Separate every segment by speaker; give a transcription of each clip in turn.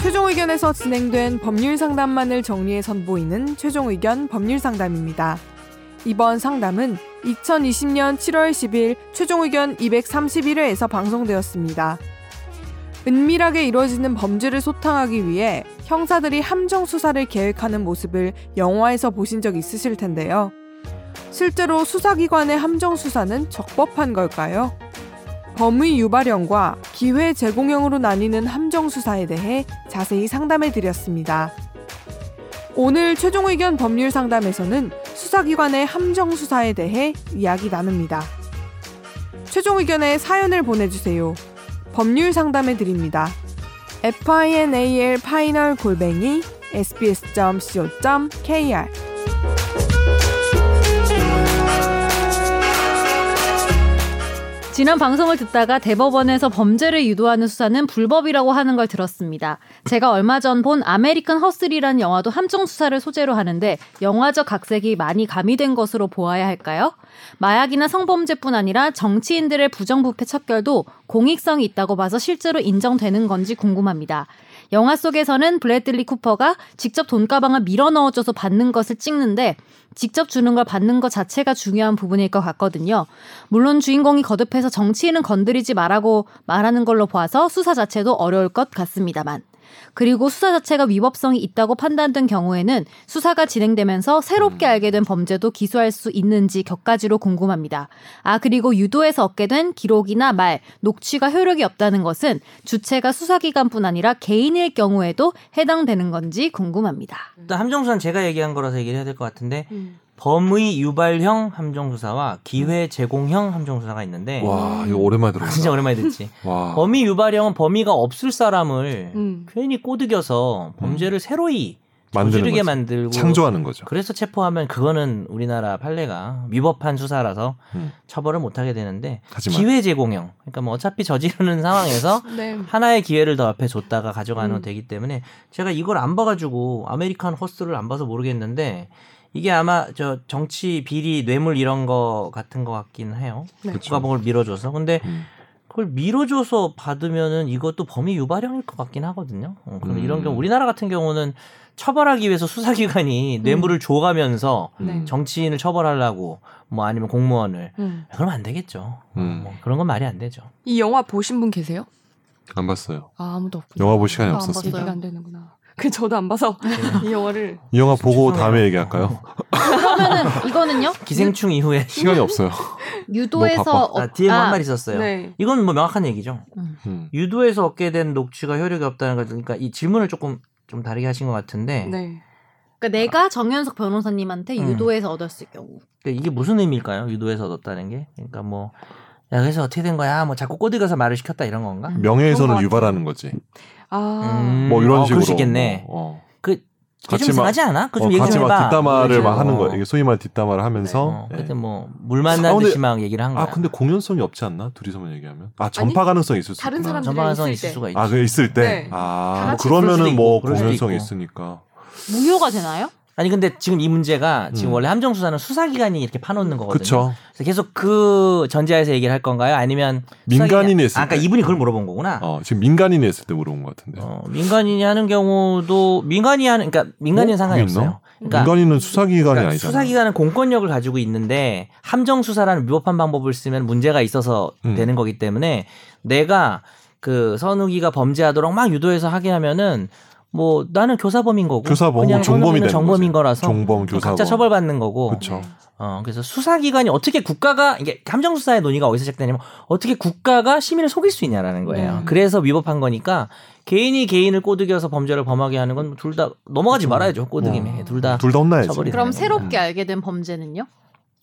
Speaker 1: 현장에서 진행된 법률 상담만을 정리해 선보이는 최종 의견 법률 상담입니다. 이번 상담은 2020년 7월 10일 최종 의견 231회에서 방송되었습니다. 은밀하게 이루어지는 범죄를 소탕하기 위해 형사들이 함정 수사를 계획하는 모습을 영화에서 보신 적 있으실 텐데요. 실제로 수사기관의 함정 수사는 적법한 걸까요? 범의 유발형과 기회 제공형으로 나뉘는 함정 수사에 대해 자세히 상담해 드렸습니다. 오늘 최종 의견 법률 상담에서는 수사기관의 함정 수사에 대해 이야기 나눕니다. 최종 의견에 사연을 보내주세요. 법률 상담해 드립니다. final 파이널 골뱅이 sbs.co.kr
Speaker 2: 지난 방송을 듣다가 대법원에서 범죄를 유도하는 수사는 불법이라고 하는 걸 들었습니다. 제가 얼마 전 본 아메리칸 허슬이라는 영화도 함정 수사를 소재로 하는데 영화적 각색이 많이 가미된 것으로 보아야 할까요? 마약이나 성범죄뿐 아니라 정치인들의 부정부패 척결도 공익성이 있다고 봐서 실제로 인정되는 건지 궁금합니다. 영화 속에서는 블래들리 쿠퍼가 직접 돈가방을 밀어 넣어줘서 받는 것을 찍는데 직접 주는 걸 받는 것 자체가 중요한 부분일 것 같거든요. 물론 주인공이 거듭해서 정치인은 건드리지 말라고 말하는 걸로 봐서 수사 자체도 어려울 것 같습니다만. 그리고 수사 자체가 위법성이 있다고 판단된 경우에는 수사가 진행되면서 새롭게 알게 된 범죄도 기소할 수 있는지 격가지로 궁금합니다. 아, 그리고 유도에서 얻게 된 기록이나 말, 녹취가 효력이 없다는 것은 주체가 수사기관뿐 아니라 개인일 경우에도 해당되는 건지 궁금합니다.
Speaker 3: 일단 함정수사는 제가 얘기한 거라서 얘기를 해야 될 것 같은데 범의 유발형 함정수사와 기회 제공형 함정수사가 있는데
Speaker 4: 와 이거 오랜만에
Speaker 3: 아,
Speaker 4: 들어봤다.
Speaker 3: 진짜 오랜만에 듣지.
Speaker 4: 와.
Speaker 3: 범의 유발형은 범의가 없을 사람을
Speaker 1: 음.
Speaker 3: 괜히 꼬드겨서 범죄를
Speaker 4: 음.
Speaker 3: 새로이
Speaker 4: 만드는
Speaker 3: 저지르게
Speaker 4: 거지.
Speaker 3: 만들고
Speaker 4: 창조하는 거죠.
Speaker 3: 그래서 체포하면 그거는 우리나라 판례가 위법한 수사라서
Speaker 4: 음.
Speaker 3: 처벌을 못하게 되는데
Speaker 4: 하지만
Speaker 3: 기회 제공형 그러니까 뭐 어차피 저지르는 상황에서
Speaker 1: 네.
Speaker 3: 하나의 기회를 더 앞에 줬다가 가져가면
Speaker 1: 음.
Speaker 3: 되기 때문에 제가 이걸 안 봐가지고 아메리칸 허스를 안 봐서 모르겠는데 이게 아마 저 정치 비리 뇌물 이런 거 같은 거 같긴 해요
Speaker 1: 네.
Speaker 4: 그쵸.
Speaker 3: 국가봉을 밀어줘서 근데
Speaker 4: 음.
Speaker 3: 그걸 밀어줘서 받으면은 이것도 범위 유발형일 것 같긴 하거든요 어, 그럼
Speaker 4: 음.
Speaker 3: 이런 경우 우리나라 같은 경우는 처벌하기 위해서
Speaker 4: 음.
Speaker 3: 수사기관이 뇌물을 줘가면서
Speaker 1: 네.
Speaker 3: 정치인을 처벌하려고 뭐 아니면 공무원을
Speaker 1: 음.
Speaker 3: 그러면 안 되겠죠
Speaker 4: 음.
Speaker 3: 뭐 그런 건 말이 안 되죠
Speaker 1: 이 영화 보신 분 계세요?
Speaker 4: 안 봤어요.
Speaker 1: 아, 아무도 없군요.
Speaker 4: 영화 볼 시간이
Speaker 2: 안
Speaker 4: 없었습니다.
Speaker 1: 얘기가 안 되는구나. 그 저도 안 봐서 이 영화를
Speaker 4: 이 영화 보고
Speaker 3: 죄송해요.
Speaker 4: 다음에 얘기할까요?
Speaker 2: 그러면은 이거는요?
Speaker 3: 기생충 이후에
Speaker 4: 시간이 없어요.
Speaker 2: 유도에서
Speaker 4: 뭐
Speaker 3: 아,
Speaker 2: 얻-
Speaker 3: 뒤에
Speaker 2: 아,
Speaker 3: 한 말 있었어요.
Speaker 1: 네.
Speaker 3: 이건 뭐 명확한 얘기죠.
Speaker 4: 음.
Speaker 3: 유도에서 얻게 된 녹취가 효력이 없다는 거 그러니까 이 질문을 조금 좀 다르게 하신 것 같은데
Speaker 1: 네.
Speaker 2: 그러니까 내가 정현석 변호사님한테
Speaker 3: 음.
Speaker 2: 유도에서 얻었을 경우.
Speaker 3: 그러니까 이게 무슨 의미일까요? 유도에서 얻었다는 게 그러니까 뭐 야, 그래서 어떻게 된 거야? 뭐 자꾸 꼬드겨서 말을 시켰다 이런 건가?
Speaker 2: 음.
Speaker 1: 그런 것
Speaker 4: 명예훼손을
Speaker 1: 같아요.
Speaker 4: 유발하는 거지.
Speaker 1: 아.
Speaker 3: 음,
Speaker 4: 뭐 이런
Speaker 3: 어,
Speaker 4: 식으로.
Speaker 3: 그럴 수 있겠네.
Speaker 4: 어, 어.
Speaker 3: 그게
Speaker 4: 같이
Speaker 3: 좀
Speaker 4: 막-
Speaker 3: 이상하지 않아? 그좀
Speaker 4: 어,
Speaker 3: 얘기
Speaker 4: 같이
Speaker 3: 좀
Speaker 4: 막
Speaker 3: 해봐.
Speaker 4: 뒷담화를
Speaker 3: 그렇죠.
Speaker 4: 막 하는 거야.
Speaker 3: 어.
Speaker 4: 이게 소위 말 뒷담화를
Speaker 3: 어,
Speaker 4: 하면서. 예.
Speaker 3: 그때 뭐물
Speaker 4: 아, 근데-
Speaker 3: 만나듯이 막 얘기를 한 거야.
Speaker 4: 아 근데 공연성이 없지 않나? 둘이서만 얘기하면. 아 전파 가능성이 있을 수
Speaker 1: 다른
Speaker 4: 있구나.
Speaker 1: 사람들이랑
Speaker 3: 전방에서
Speaker 1: 있을
Speaker 3: 있을
Speaker 1: 때.
Speaker 3: 수가 있지.
Speaker 4: 아, 그 있을 때.
Speaker 1: 네.
Speaker 4: 아,
Speaker 1: 다
Speaker 4: 뭐
Speaker 1: 같이
Speaker 3: 그럴 수도
Speaker 4: 그러면은
Speaker 3: 있고,
Speaker 4: 뭐
Speaker 3: 그럴 수도
Speaker 4: 공연성이
Speaker 3: 있고.
Speaker 4: 있으니까.
Speaker 2: 무효가 되나요?
Speaker 3: 아니 근데 지금 이 문제가 지금
Speaker 4: 음.
Speaker 3: 원래 함정 수사는 수사기관이 이렇게 파놓는 거거든요.
Speaker 4: 그쵸.
Speaker 3: 그래서 계속 그 전제하에서 얘기를 할 건가요? 아니면
Speaker 4: 민간인이
Speaker 3: 수사기관-
Speaker 4: 했을
Speaker 3: 아, 그러니까
Speaker 4: 때.
Speaker 3: 이분이 그걸 물어본 거구나. 어.
Speaker 4: 어, 지금 민간인이 했을 때 물어본 것 같은데.
Speaker 3: 민간인이 하는 경우도 민간이 하는 그러니까 민간인
Speaker 4: 어?
Speaker 3: 상관이
Speaker 4: 그게 있나?
Speaker 3: 없어요. 그러니까,
Speaker 4: 민간인은 수사기관이
Speaker 3: 그러니까
Speaker 4: 아니잖아.
Speaker 3: 수사기관은 공권력을 가지고 있는데 함정 수사라는 위법한 방법을 쓰면 문제가 있어서
Speaker 4: 음.
Speaker 3: 되는 거기 때문에 내가 그 선우기가 범죄하도록 막 유도해서 하게 하면은 뭐 나는 교사범인 거고
Speaker 4: 교사범, 뭐
Speaker 3: 그냥
Speaker 4: 종범이
Speaker 3: 선우기는
Speaker 4: 되는 거지.
Speaker 3: 정범인 거라서
Speaker 4: 종범 교사.
Speaker 3: 각자 처벌받는 거고
Speaker 4: 그렇죠.
Speaker 3: 어, 그래서 수사기관이 어떻게 국가가, 이게 함정수사의 논의가 어디서 시작되냐면 어떻게 국가가 시민을 속일 수 있냐라는 거예요.
Speaker 2: 음.
Speaker 1: 네.
Speaker 3: 그래서 위법한 거니까 개인이 개인을 꼬드겨서 범죄를 범하게 하는 건 둘 다 넘어가지 말아야죠. 꼬드김에.
Speaker 1: 음.
Speaker 3: 둘 다.
Speaker 4: 둘 다 혼나야지.
Speaker 3: 처벌이
Speaker 2: 그럼
Speaker 3: 되는
Speaker 2: 새롭게
Speaker 4: 음.
Speaker 2: 알게 된 범죄는요?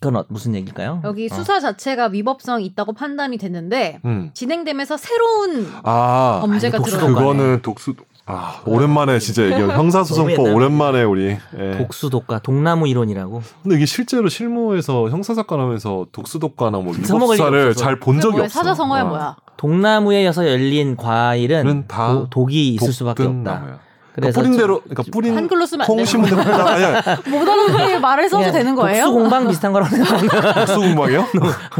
Speaker 3: 그건 어- 무슨 얘기일까요?
Speaker 2: 여기
Speaker 3: 어.
Speaker 2: 수사 자체가 위법성이 있다고 판단이 됐는데
Speaker 4: 음.
Speaker 2: 진행되면서 새로운
Speaker 4: 아,
Speaker 2: 범죄가
Speaker 3: 아니, 독수동
Speaker 2: 들어간 거예요.
Speaker 4: 그거는 독수 아, 오랜만에 진짜 얘기 형사소송법
Speaker 3: 너무 옛날
Speaker 4: 오랜만에 우리. 예.
Speaker 3: 독수독과 독나무 이론이라고.
Speaker 4: 근데 이게 실제로 실무에서 형사사건 하면서 독수독과나 뭐
Speaker 3: 써먹을 일이
Speaker 4: 위법사를
Speaker 3: 없어서.
Speaker 4: 잘 본 적이
Speaker 2: 뭐야,
Speaker 4: 없어.
Speaker 2: 사자성어야
Speaker 4: 어.
Speaker 2: 뭐야?
Speaker 3: 독나무에서 열린 과일은
Speaker 4: 는 다
Speaker 3: 도- 독이 있을 수밖에
Speaker 4: 독든
Speaker 3: 없다.
Speaker 4: 나무야. 그러니까 뿌린
Speaker 3: 좀-
Speaker 4: 대로 그러니까 뿌린
Speaker 2: 한글로 쓰면 안
Speaker 4: 콩
Speaker 2: 되는
Speaker 4: 심은 대로 아니야.
Speaker 2: 모든 분이 말을 써도
Speaker 3: 그냥
Speaker 2: 되는 거예요?
Speaker 3: 독수공방 비슷한 거라고 생각하면
Speaker 4: 독수공방이요?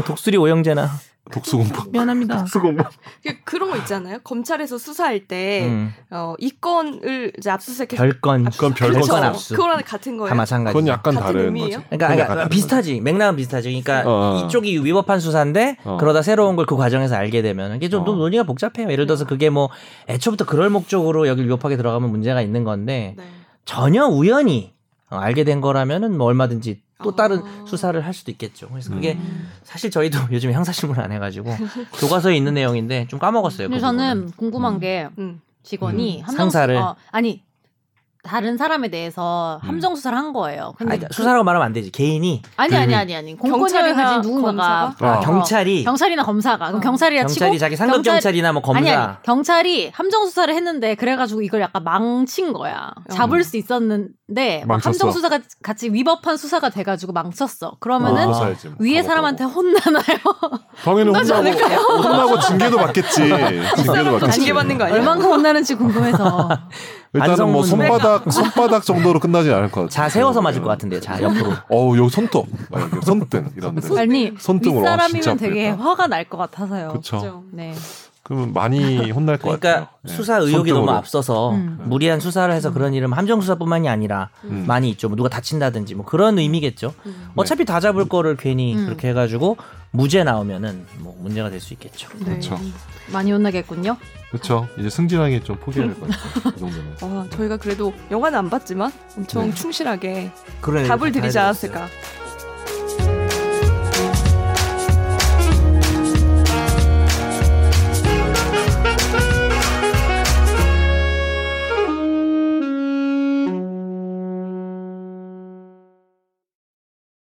Speaker 3: 독수리 오형제나
Speaker 4: 독수공방.
Speaker 3: 미안합니다.
Speaker 4: 독수공방.
Speaker 5: 그- 그런 거 있잖아요. 검찰에서 수사할 때
Speaker 3: 음,
Speaker 5: 어, 이건을 이제 압수수색해서
Speaker 3: 별건
Speaker 4: 아, 그건 별건
Speaker 5: 그렇죠.
Speaker 3: 별건
Speaker 4: 없어.
Speaker 3: 압수.
Speaker 5: 그거랑 같은 거예요.
Speaker 3: 다 마찬가지.
Speaker 4: 그건 약간
Speaker 5: 같은
Speaker 4: 다른
Speaker 5: 의미예요?
Speaker 4: 거지.
Speaker 3: 그러니까,
Speaker 4: 그건
Speaker 3: 그러니까
Speaker 4: 약간
Speaker 3: 비슷하지. 맥락은 비슷하죠. 그러니까
Speaker 4: 어, 어.
Speaker 3: 이쪽이 위법한 수사인데
Speaker 4: 어.
Speaker 3: 그러다 새로운 걸 그 과정에서 알게 되면 이게 좀
Speaker 4: 어.
Speaker 3: 또 논의가 복잡해요. 예를
Speaker 2: 네.
Speaker 3: 들어서 그게 뭐 애초부터 그럴 목적으로 여기 위법하게 들어가면 문제가 있는 건데
Speaker 5: 네.
Speaker 3: 전혀 우연히 어, 알게 된 거라면은 뭐 얼마든지 또 다른
Speaker 5: 아.
Speaker 3: 수사를 할 수도 있겠죠. 그래서 그게
Speaker 5: 음.
Speaker 3: 사실 저희도 요즘 에 형사신문 안 해가지고 교과서에 있는 내용인데 좀 까먹었어요.
Speaker 2: 근데
Speaker 3: 그
Speaker 2: 저는
Speaker 3: 부분은.
Speaker 2: 궁금한
Speaker 3: 음.
Speaker 2: 게
Speaker 5: 음.
Speaker 2: 직원이
Speaker 3: 음,
Speaker 2: 함정 수-
Speaker 3: 상사를.
Speaker 2: 어, 아니 다른 사람에 대해서 함정 수사를 한 거예요. 근데
Speaker 3: 아니, 그러니까
Speaker 2: 그-
Speaker 3: 수사라고 말하면 안 되지. 개인이
Speaker 2: 아니
Speaker 4: 그-
Speaker 2: 아니 아니 아니 공권력을
Speaker 5: 경찰이나
Speaker 2: 가진 누군가가
Speaker 5: 검사가?
Speaker 4: 아,
Speaker 3: 아,
Speaker 2: 어,
Speaker 3: 경찰이
Speaker 2: 경찰이나 검사가 그럼
Speaker 5: 어.
Speaker 2: 경찰이라
Speaker 3: 경찰이
Speaker 2: 치고
Speaker 3: 자기 상급
Speaker 2: 경찰-
Speaker 3: 경찰... 이나뭐 검사
Speaker 2: 아니 아니 경찰이 함정 수사를 했는데 그래가지고 이걸 약간 망친 거야
Speaker 5: 어.
Speaker 2: 잡을 수 있었는데 막
Speaker 4: 망쳤어.
Speaker 2: 함정 수사가 같이 위법한 수사가 돼가지고 망쳤어 그러면은
Speaker 3: 아.
Speaker 4: 사야지, 뭐.
Speaker 2: 위에
Speaker 4: 가보고.
Speaker 2: 사람한테 혼나나요?
Speaker 4: 당연히
Speaker 2: 혼나지
Speaker 4: 혼나고 혼나고 징계도 받겠지. 징계도 받겠지.
Speaker 5: 징계받는 거 아니야?
Speaker 2: 얼만큼 혼나는지 궁금해서
Speaker 4: 일단은 뭐
Speaker 3: 안성문
Speaker 4: 손바닥 손바닥 정도로 끝나지 않을 것 같아.
Speaker 3: 자 세워서 맞을 것 같은데요. 자 옆으로.
Speaker 4: 어우 여기 손톱, 아, 여기 손등 이런데.
Speaker 2: 아니
Speaker 4: 손등으로 와, 진짜
Speaker 2: 윗사람이면
Speaker 4: 아프겠다.
Speaker 2: 되게 화가 날 것 같아서요.
Speaker 4: 그렇죠.
Speaker 5: 그죠.
Speaker 2: 네.
Speaker 4: 그러면 많이 혼날 것
Speaker 3: 그러니까
Speaker 4: 같아요. 예,
Speaker 3: 수사 의혹이
Speaker 4: 손등으로.
Speaker 3: 너무 앞서서
Speaker 2: 음.
Speaker 3: 무리한 수사를 해서 그런 일은 함정 수사뿐만이 아니라
Speaker 4: 음.
Speaker 3: 많이 있죠. 뭐 누가 다친다든지 뭐 그런 의미겠죠. 뭐
Speaker 5: 음.
Speaker 3: 어차피 다 잡을 거를 괜히
Speaker 2: 음.
Speaker 3: 그렇게 해가지고 무죄 나오면은 뭐 문제가 될 수 있겠죠.
Speaker 5: 네.
Speaker 4: 그렇죠.
Speaker 2: 많이 혼나겠군요.
Speaker 4: 그렇죠. 이제 승진하기 좀 포기할 것 같아요. 이 정도면.
Speaker 5: 와, 저희가 그래도 영화는 안 봤지만 엄청
Speaker 4: 네.
Speaker 5: 충실하게
Speaker 3: 그런
Speaker 5: 답을
Speaker 3: 다
Speaker 5: 드리지
Speaker 3: 해드렸어요.
Speaker 5: 않았을까.